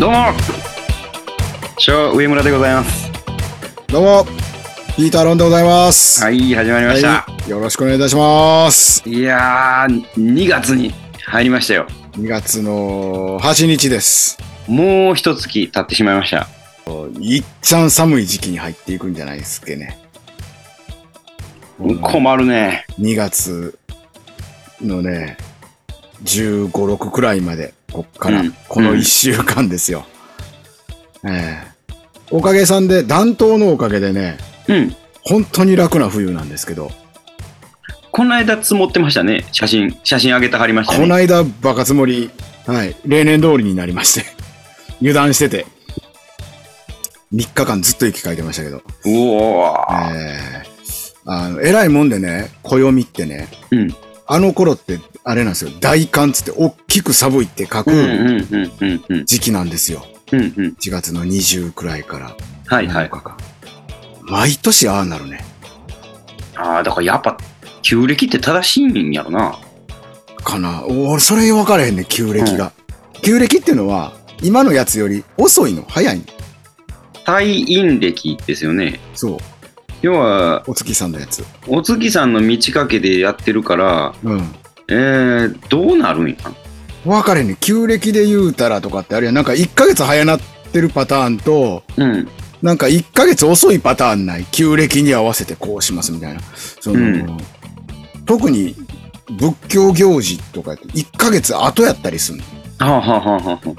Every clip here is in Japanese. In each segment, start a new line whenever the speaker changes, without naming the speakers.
どうも小上村でございます
どうも、ピーターロンでございます。
はい始まりました、
はいよろしくお願いいたします。
い、やー2月に入りましたよ
2月の8日です。
もう一月経ってしまいました
いっちゃん寒い時期に入っていくんじゃないですっけね。
困るね
2月のね、15、6くらいまで、こっから、
うん
この1週間ですよ。ええおかげさんで、暖冬のおかげでね、
うん
本当に楽な冬なんですけど、
この間積もってましたね写真写真上げてはりました
こ
ね
ないだバカつもり、はい、例年通りになりまして、 油断してて、3日間ずっと息書いてましたけど、
うお
え
ー
ーあの、偉いもんでね、暦ってね、
うん
あの頃って、あれなんですよ、大寒つって、大きく寒いって書
うんうん
く
うんうんうん
時期なんですよ。
うんうん
1月の20くらいから
はいはい
7日間。毎年ああなるね。
ああだからやっぱ旧暦って正しいんやろな
かな。俺、それ分からへんね、旧暦が。旧暦っていうのは、今のやつより遅いの、早いの。
退院暦ですよね
そう。
要は
お月さんのやつ。
お月さんの満ち欠けでやってるから
うん。
えー、どうなるんや
分かれね、旧暦で言うたらとかってあるやん。なんか1ヶ月早なってるパターンと、
うん
なんか1ヶ月遅いパターンない。旧暦に合わせてこうしますみたいな。その、
うん
特に仏教行事とかやって1ヶ月後やったりする
はあ、はあはあはあ、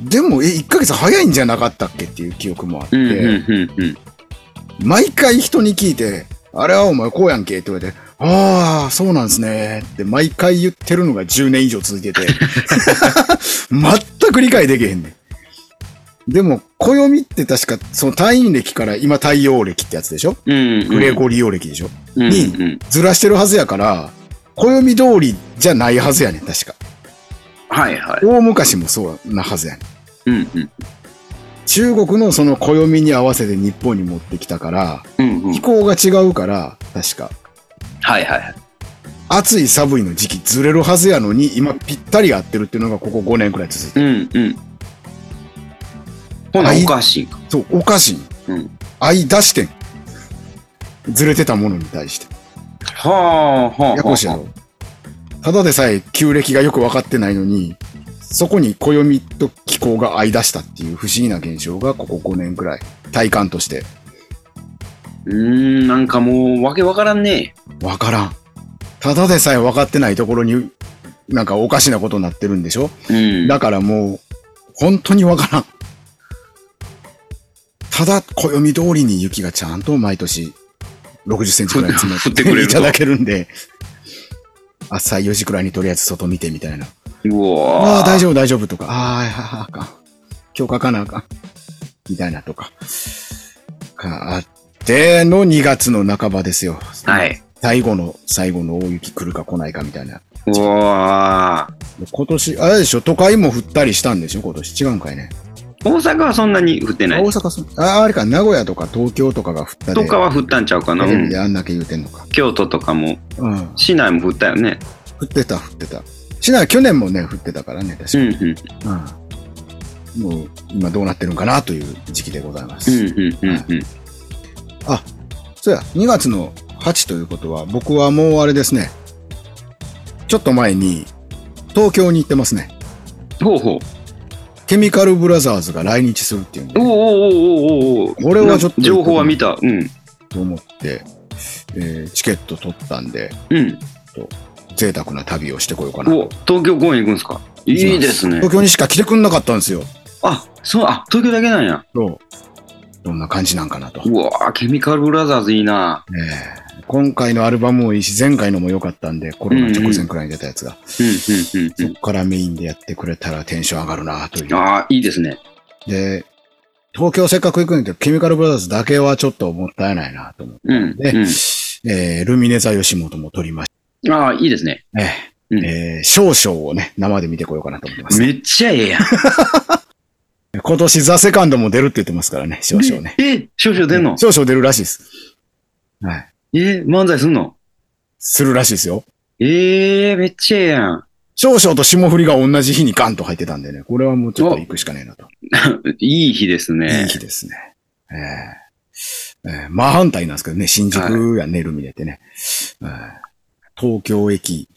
でも、え、1ヶ月早いんじゃなかったっけっていう記憶もあって、
うんうんうんうん
毎回人に聞いて、あれはお前こうやんけって言われて、ああ、そうなんですねって毎回言ってるのが10年以上続いて て、全く理解できへんねん。でも、暦って確か、その退院歴から今太陽暦ってやつでしょ
うんうん
グレゴリオ暦でしょ、
うんうん
にずらしてるはずやから、暦通りじゃないはずやねん、確か。
はいはい。
大昔もそうなはずやねん。
うんうん
中国のその暦に合わせて日本に持ってきたから、
うんうん
気候が違うから、確か。
はいはいはい。
暑い寒いの時期ずれるはずやのに今ぴったり合ってるっていうのがここ5年くらい続いて
うんうん。ほな、
はい
おかしいか。
るそうおかしい
うん。
愛出してんずれてたものに対して
はあはあ。
ややこしいやろただでさえ旧暦がよく分かってないのにそこに暦と気候が合い出したっていう不思議な現象がここ5年くらい体感として
うーん、なんかもう、わけわからんね
分からんただでさえ分かってないところになんかおかしなことになってるんでしょ
うん。
だからもう、本当にわからん。ただ、暦通りに雪がちゃんと毎年、60センチくらい積も
降ってくれ
って
る
い
と
ただけるんで、朝4時くらいにとりあえず外見てみたいな。
うわ
ああ、大
丈
丈夫、大丈夫とか、ああ、あかん。今日書かなあかん。みたいなとか。があっての2月の半ばですよ。
はい。
最後の、最後の大雪来るか来ないかみたいな。
うわあ
今年、あれでしょ、都会も降ったりしたんでしょ、今年。違うんかいね。
大阪はそんなに降ってない
大。阪そああれか名古屋とか東京とかが降ったで
とかは降ったんちゃうかな。
テ
う
レビ
ん
であんだけ言うてんのか、
京都とかも、
うん
市内も降ったよね。
降ってた降ってた市内は去年もね降ってたからね
う
確
ん
か、
うん。うん
うんもう今どうなってるんかなという時期でございます、
うんうんうん。
そうや2月の8ということは僕はもうあれですねちょっと前に東京に行ってますね
ほうほう。
ケミカルブラザーズが来日するっていうん
お
で
ーおーおーおーおー
これはちょっと
情報は見た。うん。
と思って、えーチケット取ったんで
うん。
贅沢な旅をしてこようかな
お、東京公演行くんですかいいですね。
東京にしか来てくんなかったんですよ
あ、そう、あ、東京だけなんや。
そう。どんな感じなんかなと。
うわぁ、ケミカルブラザーズいいな
ええ今回のアルバムもいいし、前回のも良かったんで、コロナ直前くらいに出たやつが、
うんうんうんうん。
そこからメインでやってくれたらテンション上がるなという。
ああ、いいですね。
で、東京せっかく行くんやけど、ケミカルブラザーズだけはちょっともったいないなと思って、
うん。
でええルミネ座吉本も撮りまし
うん、ああ、いいですね。
たね。
うん
ええ少々をね、生で見てこようかなと思ってます。
めっちゃええやん。
今年ザ・セカンドも出るって言ってますからね、少々ね。
え、少々出んの
少々出るらしいです。はい。
え、漫才すんの
するらしいですよ。
ええめっちゃええやん。
少々と霜降りが同じ日にガンと入ってたんでね、これはもうちょっと行くしかねえなと。
いい日です
いい
ね。
日ですね。ええええ真反対なんですけどね、新宿やね、ルミネってね。ええ東京駅、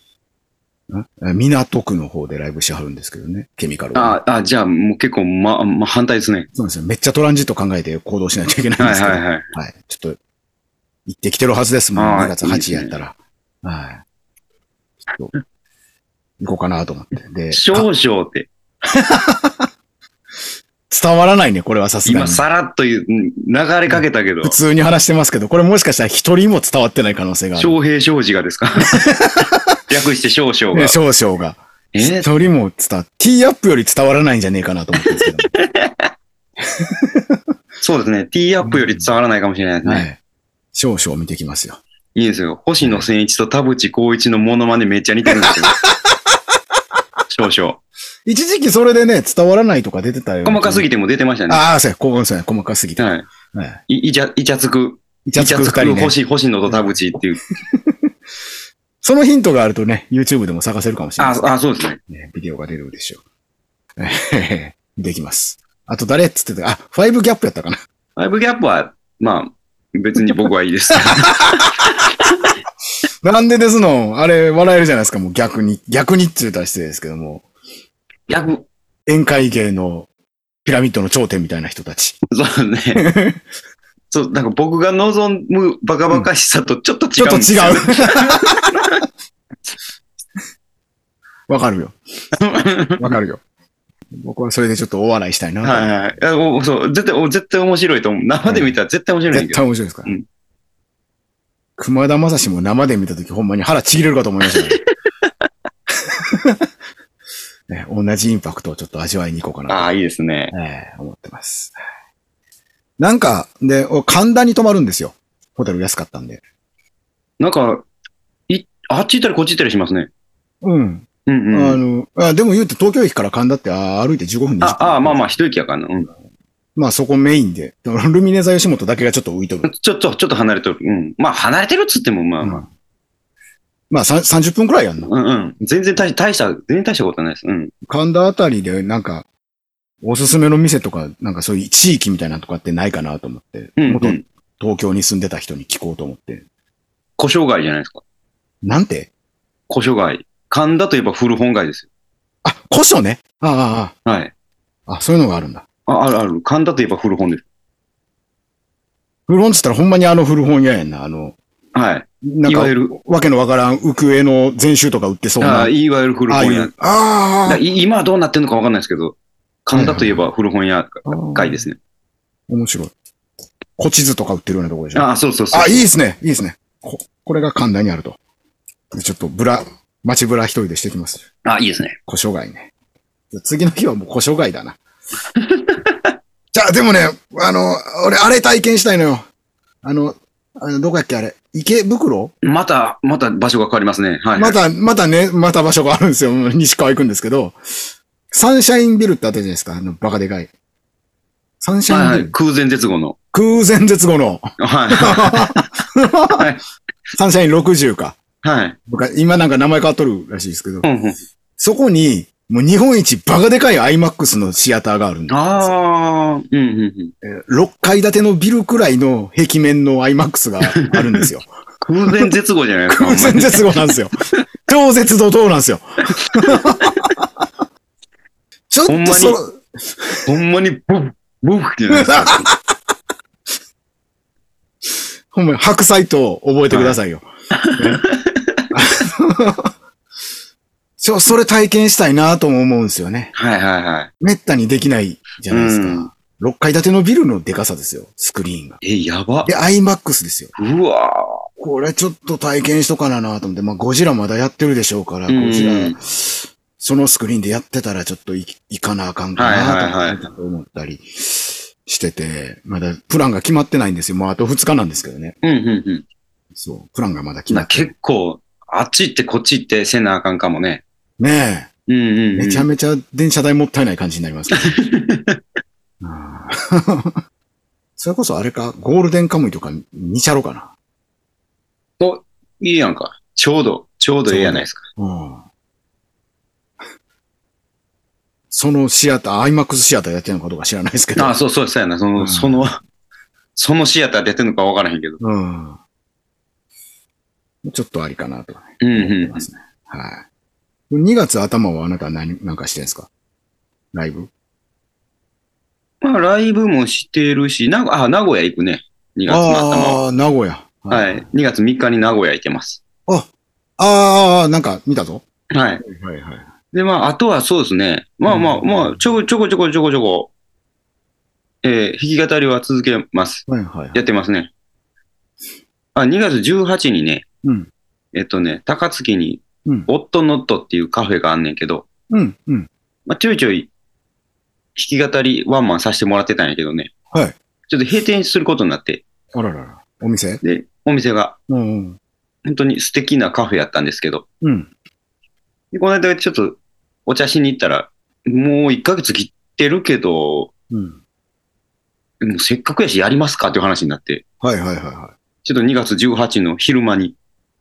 ん港区の方でライブしはるんですけどね、ケミカルはね
ああ、じゃあもう結構、ま、ま、反対ですね。
そうなんですよ。めっちゃトランジット考えて行動しないといけないん
は
で
い
すけど。
は
はい
いはい。
ちょっと、行ってきてるはずですもん、
はい
2月8日やったら。はい。ちょっと、行こうかなと思って。で、あ
少々って、
伝わらないね、これはさすがに
今。さらっと言ううん流れかけたけど
普、通に話してますけど、これもしかしたら一人も伝わってない可能性がある。
昌平昌司がですか 略して少々が
ね、。少々が。
え
一人も伝わ、ティーアップより伝わらないんじゃねえかなと思ってる んですけ
そうですね。T アップより伝わらないかもしれないです
ど、
ね。
はい。少々見てきますよ。
いいんですよ。星野千一と田淵光一のモノマネめっちゃ似てるんです よ。少々。
一時期それでね、伝わらないとか出てたよ。
細かす
ぎ
ぎても出てましたね。
ああ、そうや、ここそうや、細かすぎて。
はい
はい。
い。いちゃ、いちゃつく。
イ
いちゃつく
ね。
星、星野と田淵っていう。
そのヒントがあるとね、YouTube でも探せるかもしれない
あ
です、
あ、そうですね。
ね。ビデオが出るでしょう。え へへできます。あと誰っつってたあ、ファイブギャップやったかな。
ライブギャップは、まあ、別に僕はいい です。
なんでですのあれ、笑えるじゃないですか、もう逆に。逆にって言ったら失礼ですけども。
逆、
宴会芸のピラミッドの頂点みたいな人たち。
そう ですね。そう、なんか僕が望むバカバカしさとちょっと
ち
違
ょ
うん
っと
です
違
よ。
う。 わかるよ。わかるよ。僕はそれでちょっとお笑いしたいな。
はいはいいや。おそう、絶対、お絶対面白いと思う。生で見たら絶対面白いんや
絶
けど。
対面白いですから。
うん
熊田正史も生で見たときほんまに腹ちぎれるかと思いました、ね ね同じインパクトをちょっと味わいに行こうか
あ
な
あ、いいですね。
と、ええ思ってます。なんか、で、お神田に泊まるんですよ。ホテル安かったんで。
なんか、い、あっち行ったりこっち行ったりしますね。
うん。
うんう
あ
ん。
の、あでも言うと東京駅から神田ってあ歩いて15分20分。
あ、あまあまあ、一息やからな。うん。
まあそこメインで。ルミネ座吉本だけがちょっと浮いとる。
ちょっと、ちょっと離れとる。うん。まあ、離れてるっつっても、まあまあ。
まあさん30分くらいやんな。
うんうん。全然大し大した、全然大したことないです。うん。
神田あたりでなんか、おすすめの店とか、なんかそういう地域みたいなのとかってないかなと思って、
うん、う
元
ん。
東京に住んでた人に聞こうと思って。
古生街じゃないですか。
なんて
古生街。神田といえば古本街ですよ。
あ、古書ね。あああ
はい。
あ、あ、そういうのがあるんだ。
あ、あるある。神田といえば古本です。
古本っつったらほんまにあの古本屋やんな。あの、
はい。
なん
い
か
わゆ、る、
わけのわからん浮世絵の全集とか売ってそうな。
あいわゆる古
ああい
本
う
屋。
あ
だ
あ、
い今はどうなってんのかわかんないですけど、神田といえば古本屋街ですね。
面白い。古地図とか売ってるようなところでしょ。
ああ、そうそうそう。
あ、いいですね。いいですね。こ、これが神田にあると。でちょっとブラ、街ブラ一人でしてきます。
あ、いいですね。
古書街ね。次の日はもう古書街 だな。じゃあ、でもね、あの、俺、あれ体験したいのよ。あの、あのどこやっけあれ。池袋
また、また場所が変わりますね。はい。
また、またね、また場所があるんですよ。もう西川行くんですけど。サンシャインビルってあったじゃないですか。あの、バカでかい。サンシ
はい
ャ
は
インビ
い
ル。
空前絶後の。
空前絶後の。
はい。はい。
サンシャイン60か。
はい。
僕は今なんか名前変わっとるらしいですけど
う。んうん。
そこに、もう日本一バカでかい IMAX のシアターがあるんですよ。
ああ、うんうんうん。
6階建てのビルくらいの壁面の IMAX があるん ですよ。
空前絶後じゃないですか。
空前絶後なんですよ。超絶怒涛なん ですよ。ちょっ
ほん
と
まに
そ、
ほんまに、ブッ、ブッってじゃないですか。
ほんまに白菜と覚えてくださいよ。ねちょ、 それ体験したいなとも思うんですよね。
はいはいは
めったにできないじゃないですか。
うん
6階建てのビルのでかさですよ、スクリーンが。
い。え、やば
で、。IMAX ですよ。
うわ
これちょっと体験しとかななと思って、まあ、ゴジラまだやってるでしょうから、
うん
ゴジラ、そのスクリーンでやってたらちょっとい行かなあかんか
はいはいは
ないとか思ったりしてて、まだプランが決まってないんですよ。もうあと2日なんですけどね。
ー。うんうんうん。
そう、プランがまだ決ま
な
ってない。
結構、あっち行ってこっち行ってせなあかんかもね。
ね
うんうん
え、
うん。
めちゃめちゃ電車代もったいない感じになりますけ ど、あー それこそあれか、ゴールデンカムイとか見ちゃろうかな。
おいいやんか。ちょうど、ちょうどええやないですか。
うんそのシアター、アイマックスシアターやってるのかどうか知らないですけど。
ああ、そうそう、そうやな。その、
うん
その、そのシアター出てんのかわからへんけど。
うん。ちょっとありかなと
うん
思って
うん
ま。すね。はい。2月頭はあなた何、なんかしてるんですかライブ
まあ、ライブもしてるし、なあ、名古屋行くね。2月の頭は。
ああー、名古屋。
はい。。2月3日に名古屋行ってます。
ああ、なんか見たぞ。
はい。
はいはい。
で、まあ、あとはそうですね。まあまあ、
うん
まあ、ちょこちょこちょこちょこちょこ、えー弾き語りは続けます。
はいはい。
やってますね。あ、2月18にね、
うん。
えっとね、高槻に
うん、
オットノットっていうカフェがあんねんけど、
うん、うん。
まあ、ちょいちょい弾き語りワンマンさせてもらってたんやけどね。
はい。
ちょっと閉店することになって、
あららら。お店
で、お店が
うんうん。
本当に素敵なカフェやったんですけど、
うん。
でこの間ちょっとお茶しに行ったら、もう1ヶ月切ってるけど、
うん。
もうせっかくやしやりますかっていう話になって、
はいはいはいはい。
ちょっと2月18の昼間に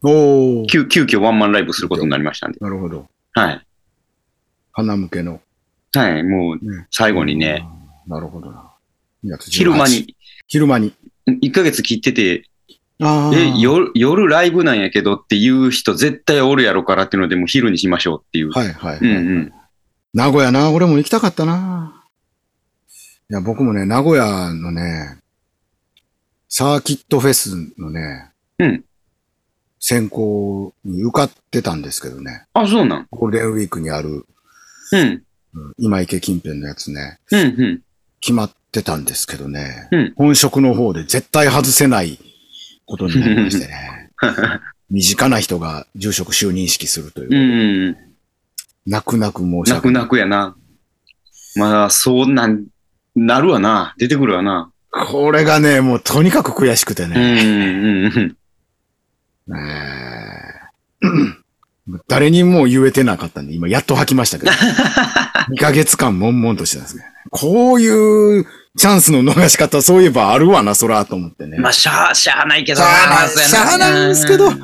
おー。
急急遽ワンマンライブすることになりましたんで。
なるほど。
はい。
花向けの。
はい。もう
ね
最後にね、
あー。なるほどな。2月18
昼間。に、
昼間に。
1ヶ月切ってて、
あー
え、夜、夜ライブなんやけどっていう人絶対おるやろからっていうので、もう昼にしましょうっていう。
はいはい。
うんうん。
名古屋な、俺も行きたかったな。いや、僕もね、名古屋のね、サーキットフェスのね、
うん
選考に受かってたんですけどね、
あ、そうなん。
ゴールデンウィークにある、
うん。
うん今池近辺のやつね、
うんうん。
決まってたんですけどね、
うん
本職の方で絶対外せないことになりまし てね、身近な人が住職就任式するという、
うんうん。
泣く泣く申し
泣
訳
く
ない。
泣くやな。まあ、そうなん、なるわな。出てくるわな。
これがね、もうとにかく悔しくてね、
うんうんうん。
えー誰にも言えてなかったんで、今やっと吐きましたけ ど。2ヶ月間悶々としてたんですけどね。こういうチャンスの逃し方、そういえばあるわな、そら、と思ってね。
まあ、しゃあ、しゃあないけどな。
しゃあない
そうや
しゃあないんですけど
うん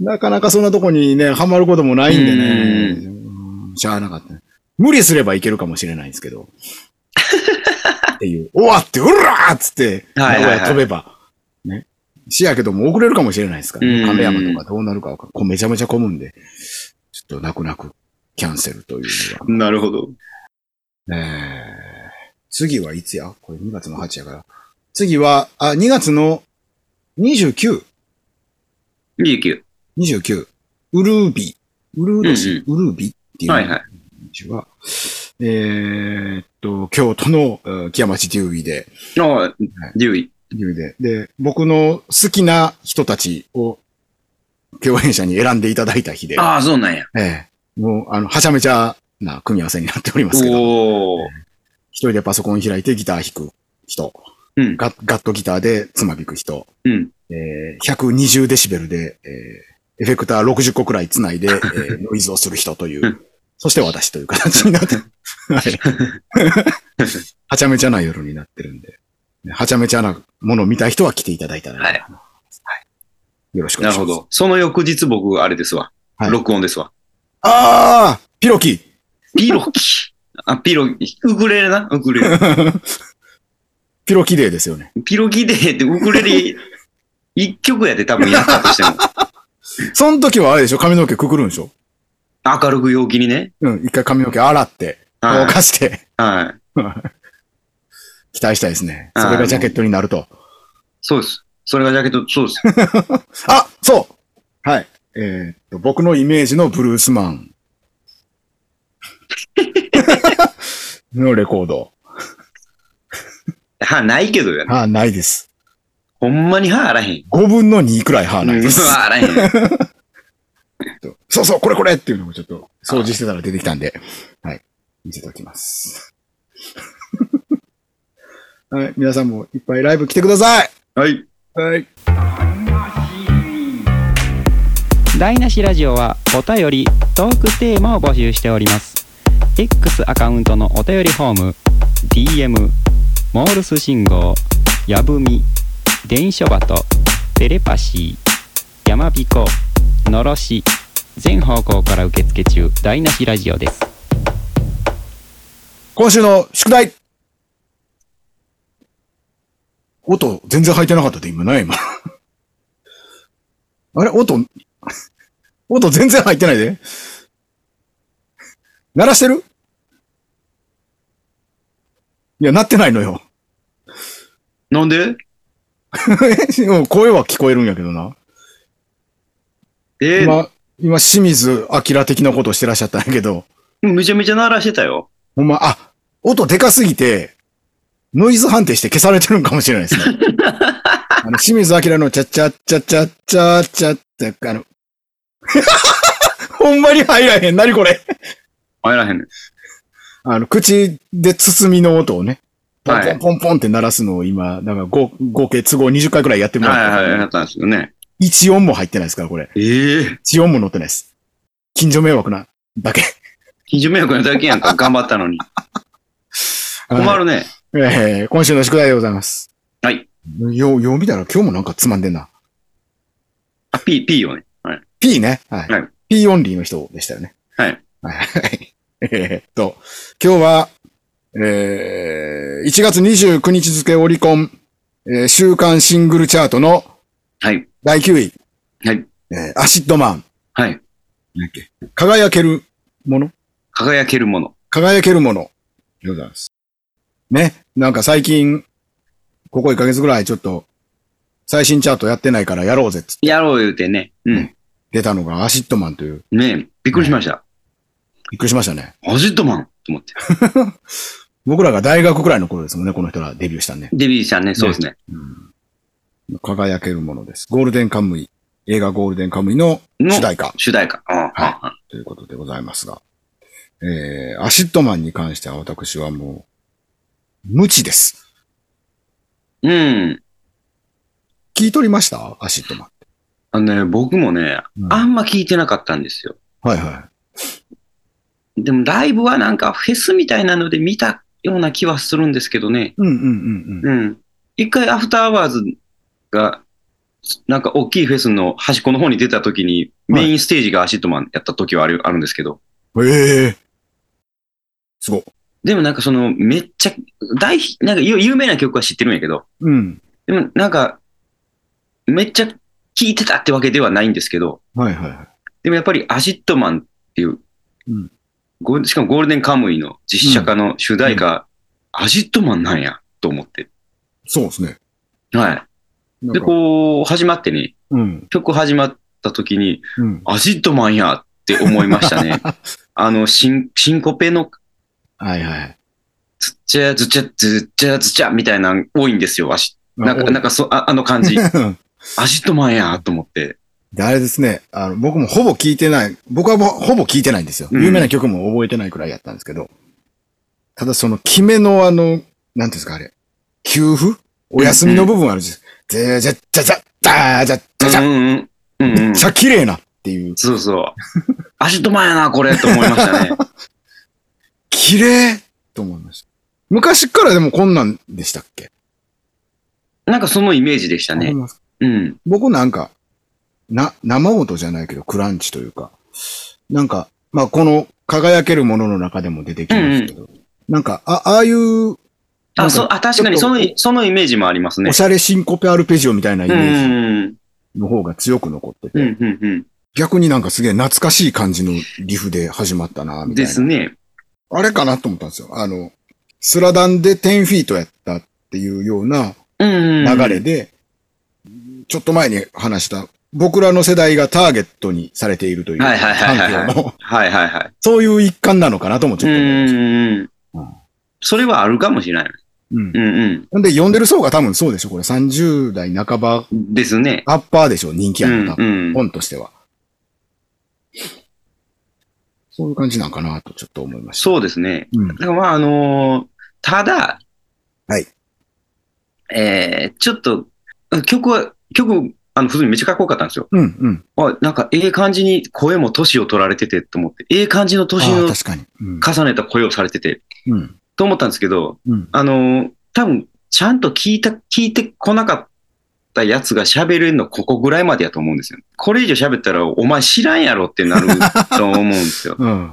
なかなかそんなとこにね、ハマることもないんでね。うんしゃあなかったね。無理すればいけるかもしれないんです けど。っていう、終わって、うらーっつって、名
はいはい
古
はい
屋飛べば。ね。しやけども遅れるかもしれないですから、
う
ね。
ん
亀山とかどうなるかわかんこうめちゃめちゃ混むんで、ちょっと泣く泣くキャンセルというの
な
は。
るほど。
えー次はいつやこれ2月の8やから。次は、あ、2月の29。
29。
29、ウルービ、ウルードシ、ウルービっていう
はいはい。
町は、えーっと、京都のえー木屋町デューイで、
あ10位。
デューイで、で、僕の好きな人たちを共演者に選んでいただいた日で、
ああ、そうなんや。
ええもう、あの、はちゃめちゃな組み合わせになっておりますけど、
おお。
一人でパソコン開いてギター弾く人、
うん
ガッガットギターでつまびく人、
うん。
えー120デシベルで、えーエフェクター60個くらいつないで、 えーノイズをする人というう、そして私という形になって、は い。はちゃめちゃな夜になってるんで、はちゃめちゃなものを見たい人は来ていただいたら、
はい
はいよろしくお
な
願
る
いし
ほ
ます。
ど。その翌日僕、あれですわ。
はい
録音ですわ。
ああピロキ
ピロキ。あ、ピロキ。ウクレレな。ウクレレ。
ピロキデーですよね。
ピロキでってウクレレ、一曲やで多分やったとして も。
その時はあれでしょ髪の毛くくるんでしょ
明るく陽気にね。
うん、一回髪の毛洗って、
は
乾
い。
かして、
はい。
期待したいですね。
はい
それがジャケットになると。
そうです。それがジャケット、そうです。
あ、そうはい。えーっと、僕のイメージのブルースマ ンのレコード。
歯ないけどやな。
はないです。
ほんまに歯あらへん。
5分の2くらいはないです。
歯あらへん。
そうそう、これこれっていうのもちょっと掃除してたら出てきたんで、はい。見せておきます。 はい。皆さんもいっぱいライブ来てください
はい。
はい。
台無しラジオはお便りトークテーマを募集しております X アカウントのお便りフォーム DM モールス信号やぶみ電書バトテレパシーやまびこのろし全方向から受付中台無しラジオです
今週の宿題音、全然入ってなかったで、今ない、今。 あれ音、音全然入ってないで。鳴らしてるいや、鳴ってないのよ。
なんで
えでも声は聞こえるんやけどな。
えー、
今、今、清水明的なことをしてらっしゃったんやけど、
めちゃめちゃ鳴らしてたよ。
ほんま、あ、音でかすぎて、ノイズ判定して消されてるんかもしれないです ね。あの、清水明のチャチャチャチャチャチャって、あの、 ほんまに入らへん。なにこれ
入らへんねん。
あの、口で包みの音をね、ポンポ
は
ン
い
ポンポンって鳴らすのを今、なんか合合計都合20回くらいやっても
はい
ら
はい、や
っ、
ってたんですよね。
一音も入ってないですから、これ。
ええー。
一音も乗ってないです。近所迷惑なだけ。
近所迷惑なだけやん か、頑張ったのに。困るね。
えー今週の宿題でございます。
はい。
よ、よう見たら今日もなんかつまんでんな。
あ、P、P よね。はい。
P ね。はい。
はい
P オンリーの人でしたよね。
はい。
はい。 えーっと、今日は、えー、1月29日付オリコン、えー週間シングルチャートの
はい。
第9位、
はい。
えーアシッドマン。
はい。
輝けるもの
輝けるもの。
輝けるもの。でございます。ね。なんか最近、ここ1ヶ月ぐらいちょっと、最新チャートやってないからやろうぜっつって
やろう言うてね。うん。
出たのがアシッドマンという、
ねえ、びっくりしました。
びっくりしましたね。
アジットマンと思って。
僕らが大学くらいの頃ですもんね、この人らデビューしたんで。
デビューしたね、そうですね。
輝けるものです。ゴールデンカムイ、映画ゴールデンカムイの
の
主題歌
主題歌。うん。
はということでございますが、えー、アシッドマンに関しては私はもう、無知です。
い。うん。
聞いとりましたアシッドマン。
あのね、僕もね
う、ん
あんま聞いてなかったんですよ。
はいは
でもライブはなんかフェスみたいなので見たような気はするんですけどね。
い。うんうんうんうん。
うん。一回アフターアワーズが、なんか大きいフェスの端っこの方に出た時に、
はい
メインステージがアシットマンやった時はあるあるんですけど、
ええー。すごっ。
でもなんかその、めっちゃ、大ヒ、なんか有有名な曲は知ってるんやけど、
うん。
でもなんか、めっちゃ聴いてたってわけではないんですけど、
はいはいはい。
でもやっぱりアシットマンっていう、
うん
ゴールしかもゴールデンカムイの実写化の主題歌、アシットマンなんや、と思って。
そうですね。
はい。
なん
で、
か
こう、始まってね、
うん。
曲始まった時に、
うん。
アシッドマンやって思いました ね。あの、シン、シンコペの、
はいはい。
ずっちゃ、ずっちゃ、ずっちゃ、ずっちゃ、みたいなの多いんですよ、足。なんか、なんか、そ、ああの感 じ。アシッドマンやと思って。
で、あれですね。あの、僕もほぼ聞いてない。僕はもうほぼ聞いてないんですよ。
うん
有名な曲も覚えてないくらいやったんですけど。ただその、決めのあの、なんていうんですか、あれ。給付お休みの部分あるじゃん。ぜーじゃっじゃじゃっじゃーじゃっじ ゃじ
う
ゃ
んうん。うんう
め
ん
っち。ゃ綺麗なっていう。
そう そう。アシッドマンやな、これ、と思いました ね。
綺麗と思いました。昔からでもこんなんでしたっけ
なんかそのイメージでしたね。うん。
僕なんか、な、生音じゃないけど、クランチというか、なんか、まあ、この輝けるものの中でも出てきますけど、なんか、あ、ああいう、なん
あ、
か
そう、あ、確かに、
ちょ
そ
っと
の、そのイメージもありますね
お。しゃれシンコペアルペジオみたいなイ
うん
メ
う
ー
ん
ジの方が強く残ってて、
うん。うんうん
逆になんかすげえ懐かしい感じのリフで始まったな、
うん。
みたい
で
な。
すね。
あれかなと思ったんですよ。あの、スラダンで10フィートやったっていうような
うんうんうん。
流れで、ちょっと前に話した、僕らの世代がターゲットにされているという、
はいはいはいはいはい
環境の
はいはいはい。
そういう一環なのかなともちょっと思いまし
うん
うん。
それはあるかもしれない。
た。
うんうん。
うん。で、読んでる層が多分そうでしょ、これ。30代半ば、
ですね。
アッパーでしょ、人気
う
あるの
ん
多分、
うん。
本としては。そういう感じなんかなとちょっと思いました。
そうですね。
うん。
だからまあ、あのーただ、
はい。
えー、ちょっと、曲は、曲、あの、普通にめっちゃかっこよかったんですよ。
うん、うん。
あ、なんか、ええ感じに声も年を取られててと思って、ええ感じの
あ
年
ー
の
確かに。うん。
重ねた声をされてて、
うん。
と思ったんですけど、
うん。
あのー多分、ちゃんと聞いた、聞いてこなかったやつが喋れるのここぐらいまでやと思うんですよ。これ以上喋ったら、お前知らんやろってなると思うんですよ
。うん。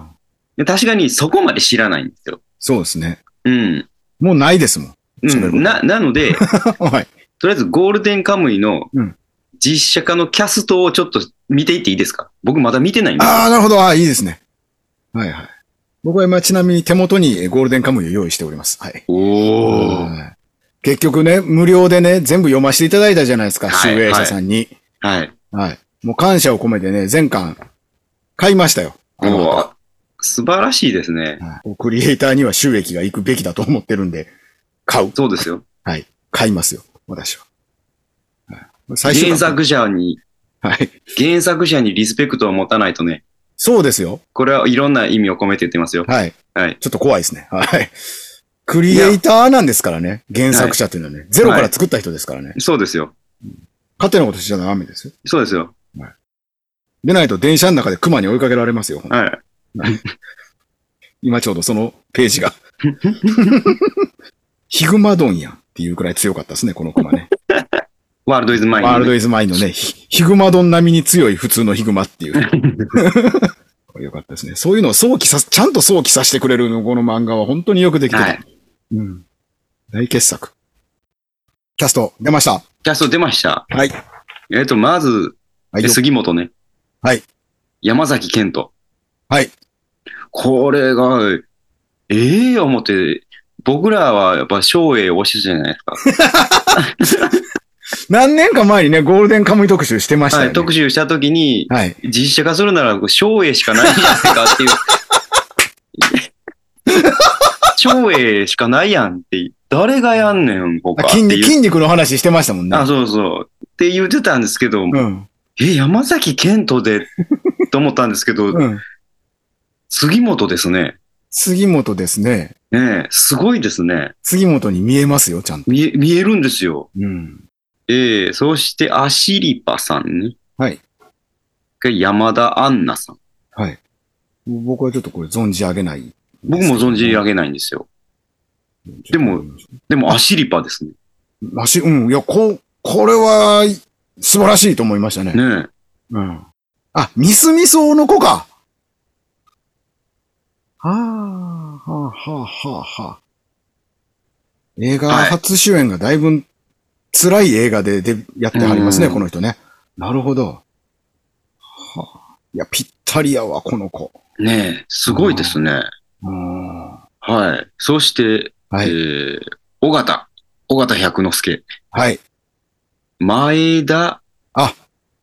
で確かにそこまで知らないんですよ。
そうですね。
うん。
もうないですもん。
う
喋ること
ん、な、なので、
はい。
とりあえずゴールデンカムイの
うん
実写化のキャストをちょっと見ていっていいですか僕まだ見てないんで。
ああ、なるほど。ああ、いいですね。はいはい。僕は今ちなみに手元にえーゴールデンカムイを用意しております。はい。
おー。
はい結局ね、無料でね、全部読ませていただいたじゃないですか、
はい
集英社さんに。
はい。
はい。もう感謝を込めてね、全巻買いましたよ。あの
もう、素晴らしいですね。
はいクリエイターには収益がいくべきだと思ってるんで、買う。
そうですよ。
買いますよ、私は。はい最初
原作者に、
はい。
原作者にリスペクトを持たないとね、
そうですよ。
これはいろんな意味を込めて言ってますよ。
はい。
はい。
ちょっと怖いですね。はい。クリエイターなんですからね、原作者というのはね、ゼロから作った人ですからね。
そうですよ。
勝手なことしちゃダメですよ。
そうですよ。
でないと電車の中で熊に追いかけられますよ。
はい。
今ちょうどそのページが。 ヒグマドンやんっていうくらい強かったですね、この熊ね。
ワールドイズマイン。
ワールドイズマインのね、ヒヒグマドン並みに強い普通のヒグマっていう。 これよかったですね。そういうのを想起さす、ちゃんと想起させてくれるの、この漫画は本当によくできてた。
はい
うん。大傑作。キャスト、出ました。
キャスト出ました。
はい。
えっと、まず、
はい
え。杉本ね。
はい。
山崎健人。
はい。
これが、ええ思って、僕らはやっぱ松栄推しじゃないですか。
何年か前にね、ゴールデンカムイ特集してましたよ
は
ね。
い、特集したときに、
はい。
実写化するなら松栄しかないじゃないかっていう。 松栄しかないやんって、誰がやんねん、
あ
他って
筋肉
いう。
筋肉の話してましたもんね。
あ、そうそう。って言ってたんですけど、
うん。
え、山崎健人で、と思ったんですけど、
うん。
杉本ですね。
杉本ですね。
ねえ、すごいですね。
杉本に見えますよ、ちゃんと。
見え、見えるんですよ。
うん。
ええそして、アシリパさんね。
はい。
が山田アンナさん。
はい。僕はちょっとこれ存じ上げない。
僕も存じ上げないんですよ。でも、でも、アシリパですね。
らしい、うん。いや、こう、これは、素晴らしいと思いましたね。
ね
うん。あ、ミスミソウの子か。はあ、はあ、はあ、はあ、はあ。映画
はい
初主演がだいぶ辛い映画ででやってはりますね、
うん
この人ね。なるほど。はあ、いや、ぴったりやわ、この子。
え。ねえ、すごいですね。
うん。は
はい。そして、ええ
い。
尾形。尾形百之助。
はい。
前田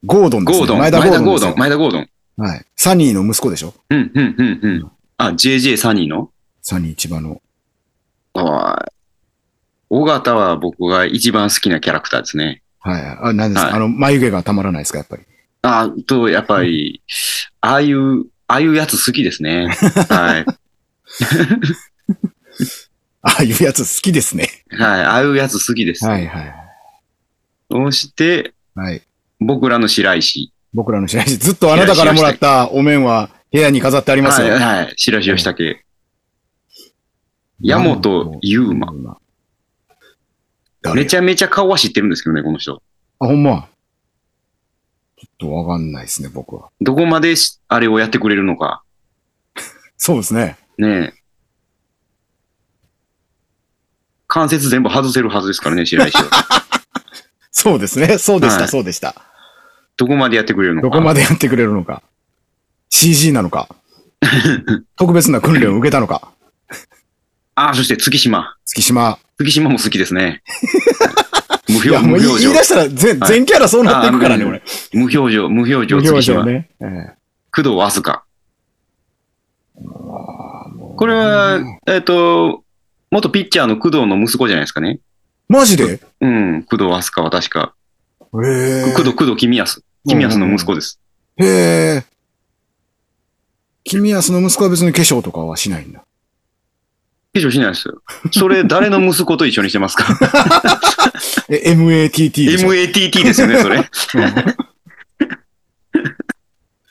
ゴードンです、
ゴー
ね。
ドン。
前田ゴード
前田
ンですよ
ゴー。前田ゴードン。
はい。サニーの息子でしょ
うん、うん、うん、うん。あ、JJ サニーの
サニー千葉の。
はい。尾形は僕が一番好きなキャラクターですね。
はい。あ、何ですか、
はい
あの、眉毛がたまらないですか、やっぱり。
あと、やっぱり、ああいう、ああいうやつ好きです ね。はい。
ああいうやつ好きですね。
はい。ああいうやつ好きです。
はいはい。
そして、
はい。
僕らの白石。
僕らの白石、ずっとあなたからもらったお面は部屋に飾ってあります
はい、
よ。
はい。白石義武。山本優馬。め
ゃ。
ちゃめちゃ顔は知ってるんですけどね、この人。
あ、ほんま。ちょっとわかんないですね、僕は。
どこまでしあれをやってくれるのか。
そうですね。
ねえ。関節全部外せるはずですからね、白 石は。
そうですね。そうでした、
はい
そうでした。
どこまでやってくれるのか。
どこまでやってくれるのか。CG なのか。特別な訓練を受けたのか。
ああ、そして月島。
月島。
月島も好きです ね。無
い
表
や、もう
無
言い
表情
言い出したら全
はい
全キャラそうなっていくからね、
あ
これ。
無表情、無表情、
無
月島。
表情ね。ええ
工藤飛鳥。こ
こ
れは、えっ、と、元ピッチャーの工藤の息子じゃないですかね。
マジで
うん、工藤飛鳥は確か。
ええ
工藤、工藤君康。君康の息子です。
へえ。君やその息子は別に化粧とかはしないんだ。
化粧しないですよ。それ、誰の息子と一緒にしてます か
え、MATT でしょ
?MATT ですよね、それ。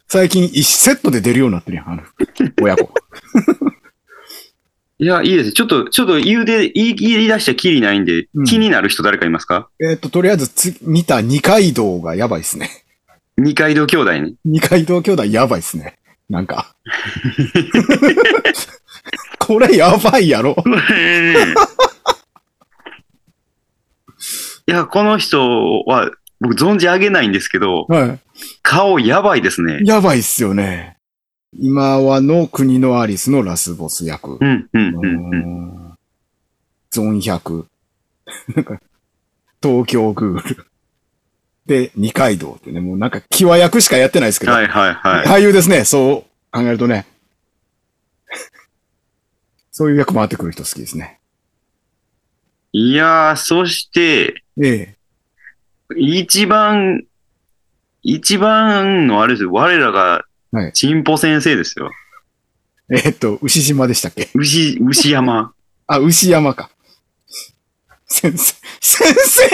最近一セットで出るようになってるやん、あの、親子。
いや、いいです。ちょっと、ちょっと言うで、言い言い出したらきりないんで、
うん
気になる人誰かいますか
えっと、とりあえずつ、見た二階堂がやばいっすね。
二階堂兄弟ね。
二階堂兄弟やばいっすね。なんか。これやばいやろ。
いや、この人は、僕存じ上げないんですけど、
は
顔やばいですね
い。。やばいっすよね。今はの国のアリスのラスボス役。
うん、うん、う
あ
ん、うん。
のーゾン100。なんか、東京グール。で、二階堂ってね、もうなんか、際役しかやってないですけど、
はい、はい、はい。
俳優ですね、そう考えるとね。そういう役回ってくる人好きですね。
いやー、そして、
え
一番、一番のあれですよ。我らが
はい、
チンポ先生ですよ。
え。えーっと、牛島でしたっけ
牛、牛山。
あ、牛山か。先生、先生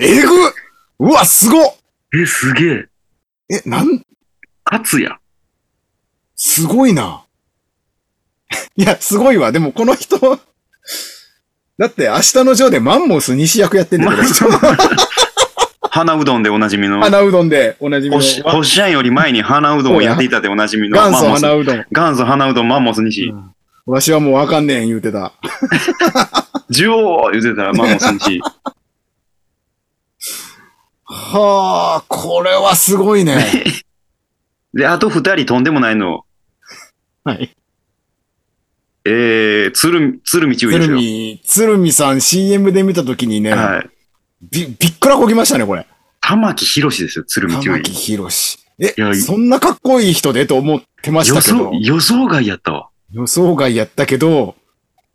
えぐうわ、すごっ
え、すげえ。
え、なん、
勝也。
すごいな。いや、すごいわ。でもこの人、だって明日のジョーでマンモス西役やってんだけど、
花うどんでおなじみの。
花うどんでおなじみ
こ
の。
し、こっしゃんより前に花うどんをやっていたでおなじみの。
元祖
マンモス
花うどん。
元祖花うどんマンモス西。
わしはもうわかんねえん言うてた。
ジュオー言ってたらマンモス 西。
はあ、これはすごいね。
で、あと二人とんでもないの。
はい。
えー、鶴、鶴見中です
鶴
よ。
見、鶴見さん CM で見たときにね、
はい。
び、びっくらこきましたね、これ。
玉木宏ですよ、鶴見中
玉木
尉。
宏。え
いや、
そんなかっこいい人でと思ってました
予
けど
想、、予想外やったわ。
予想外やったけど、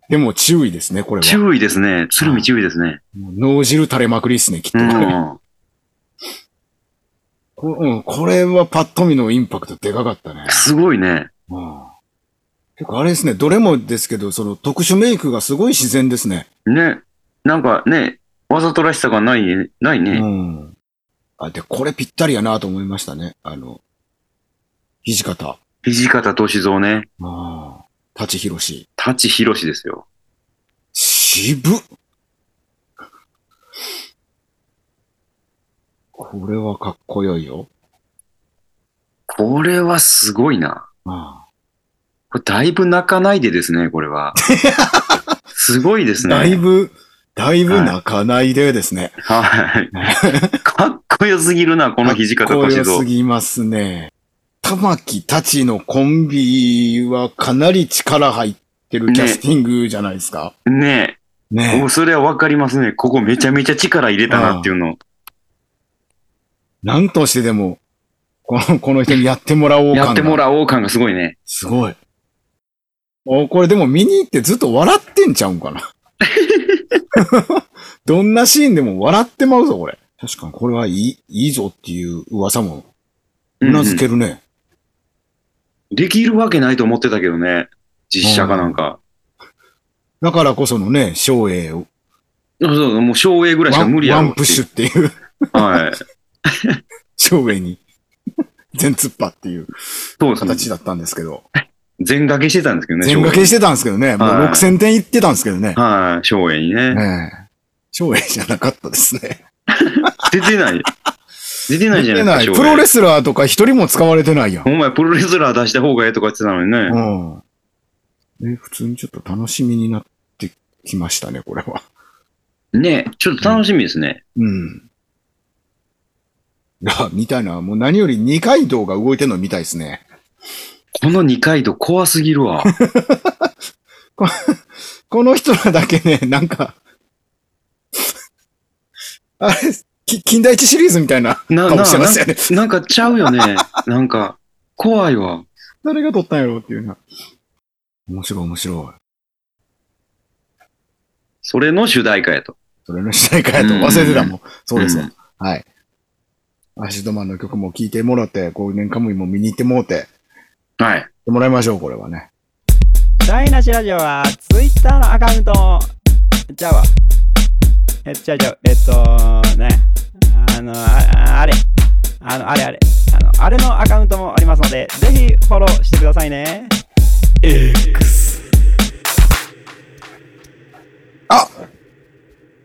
でも注意ですね、これは。
中尉ですね。鶴見中尉ですね。
もう脳汁垂れまくりっすね、きっと。
う
これ
ん。
こうん、これはパッと見のインパクトでかかったね。
すごいね。
うん、結構あれですね、どれもですけど、その特殊メイクがすごい自然ですね。
ね。なんかね、わざとらしさがないね、ないうね。
ん。あ、で、これぴったりやなと思いましたね。あの、土方。
土方歳三ね。
ああ。舘ひろし。
舘ひろしですよ。
渋っこれはかっこよいよ。
これはすごいな。
あ
これだいぶ泣かないでですね、これ は。すごいです
あ
ね。
だいぶ、だいぶ泣かないでですね。
はい。かっこよすぎるな、この土方
かっこ
歳
よす
三。
ぎますね。玉木たちのコンビはかなり力入ってるキャスティングじゃないですか。
ねえ。
ね
おそれはわかりますね。ここめちゃめちゃ力入れたなっていうの。
え。なんとしてでも、この、 この人にやってもらおう感が
やってもらおう感がすごいね。
すごい。おこれでも見に行ってずっと笑ってんちゃうん かな。どんなシーンでも笑ってまうぞ、これ。確かにこれはいい、いいぞっていう噂も、うなずけるね。
できるわけないと思ってたけどね。実写化なんか。
だからこそのね、照英を。
そうそう、もう照英ぐらいし
ワ
か
ン
無理や
ワ
ろ
ンプッシュっていう。
ュ。はい。
正面に全突破っていう
そうですね。
形だったんですけど、
全掛けしてたんですけどね。
全掛けしてたんですけどね、もう
はい
6000点いってたんですけどね
照英。はい。照英にね。
ええ照英じゃなかったですね。
出てない。出てないじゃないですか、
プロレ
ス。
スラーとか一人も使われてないやん。
お前プロレスラー出した方がええとか言ってたのにね。
うん。え、普通にちょっと楽しみになってきましたね、これは。
ねえちょっと楽しみですね。
うん。が、みたいな、もう何より二階堂が動いてるのみたいですね。
この二階堂怖すぎる わ。
この人らだけね、なんか、あれ、き近代一シリーズみたいな
な、
顔
な、
してますよね。
なんかちゃう よね。なんか、怖いわ。
誰が撮ったんやろうっていうな。面白い面白い。
それの主題歌やと。
それの主題歌やと
うん
忘れてたもん。そうですわ
うん
はい。アシドマンの曲も聴いてもらって、ゴールデンカムイも見に行ってもらって、
はい。
もらいましょう、これはね。
台無しラジオはツイッターのアカウントじゃあわえじゃあじゃあえっとねあのああれあのあれあれあのあれのアカウントもありますのでぜひフォローしてくださいね
あ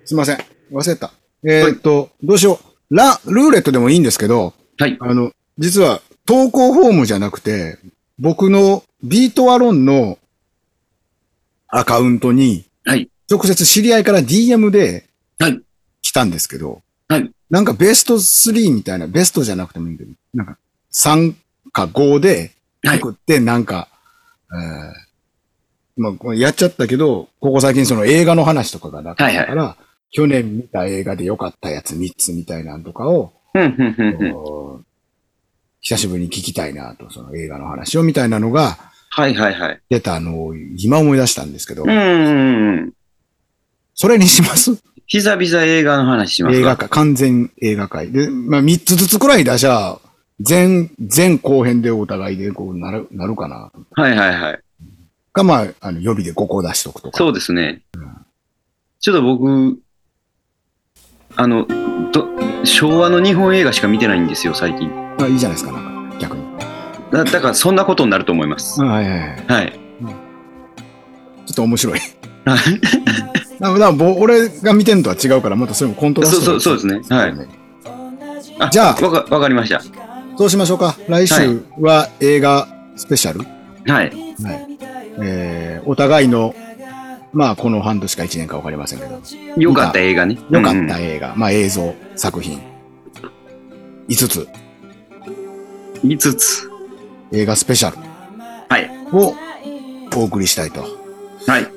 すいません。忘れた。えーっと、どうしよう。ラ、ルーレットでもいいんですけど、
はい。
あの、実は投稿フォームじゃなくて、僕のビートアロンのアカウントに、
はい
直接知り合いから DM で
はい
来たんですけど、
はい
なんかベスト3みたいな、ベストじゃなくてもいいんだけど、なんか3か5で
はい
送って、なんか、えーまあ、これやっちゃったけど、ここ最近その映画の話とかがなかったから、去年見た映画で良かったやつ3つみたいなのとかを、
うん、うん、うん、うん。
こう久しぶりに聞きたいなと、その映画の話をみたいなのが
はい、はい、はい。
出たのを今思い出したんですけど
う、んうん、うん。
それにします
久々映画の話しますか
映画化、完全映画界。で、まあ3つずつくらい出しゃ、全、全後編でお互いでこうなる、なるかな。
はい、はい、はい。
か、まあ、あの予備で5個出しとくとか。
そうですね。ちょっと僕、あの、ど昭和の日本映画しか見てないんですよ、最近。
あいいじゃないですか、なんか、逆に。
だだから、そんなことになると思います。
はいはいはい。
はい。
ちょっと面白い。
はい
だから、ぼ俺が見てんとは違うから、またそれもコントラス ト
そうそうそうですねはい
い。
あ
じゃあ
わかわかりました。
そうしましょうか。来週は映画スペシャル。
はい。
はい。えー、お互いの、まあ、この半年か1年か分かりませんけど、
よかった映画ね。
良か
う
っ
ん
た映画、まあ映像、作品、5つ
うん。5つ。
映画スペシャル
はい。
をお送りしたいと
はい。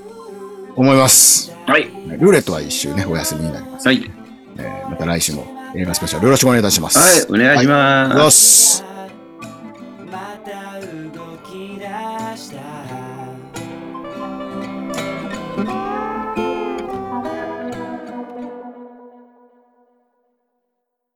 思います。
はい。
ルーレットは一周ね、お休みになります。
はい。
えーまた来週も映画スペシャルよろしくお願いいたします。
はい。お願いし
はいお願いし
ま。
ますす。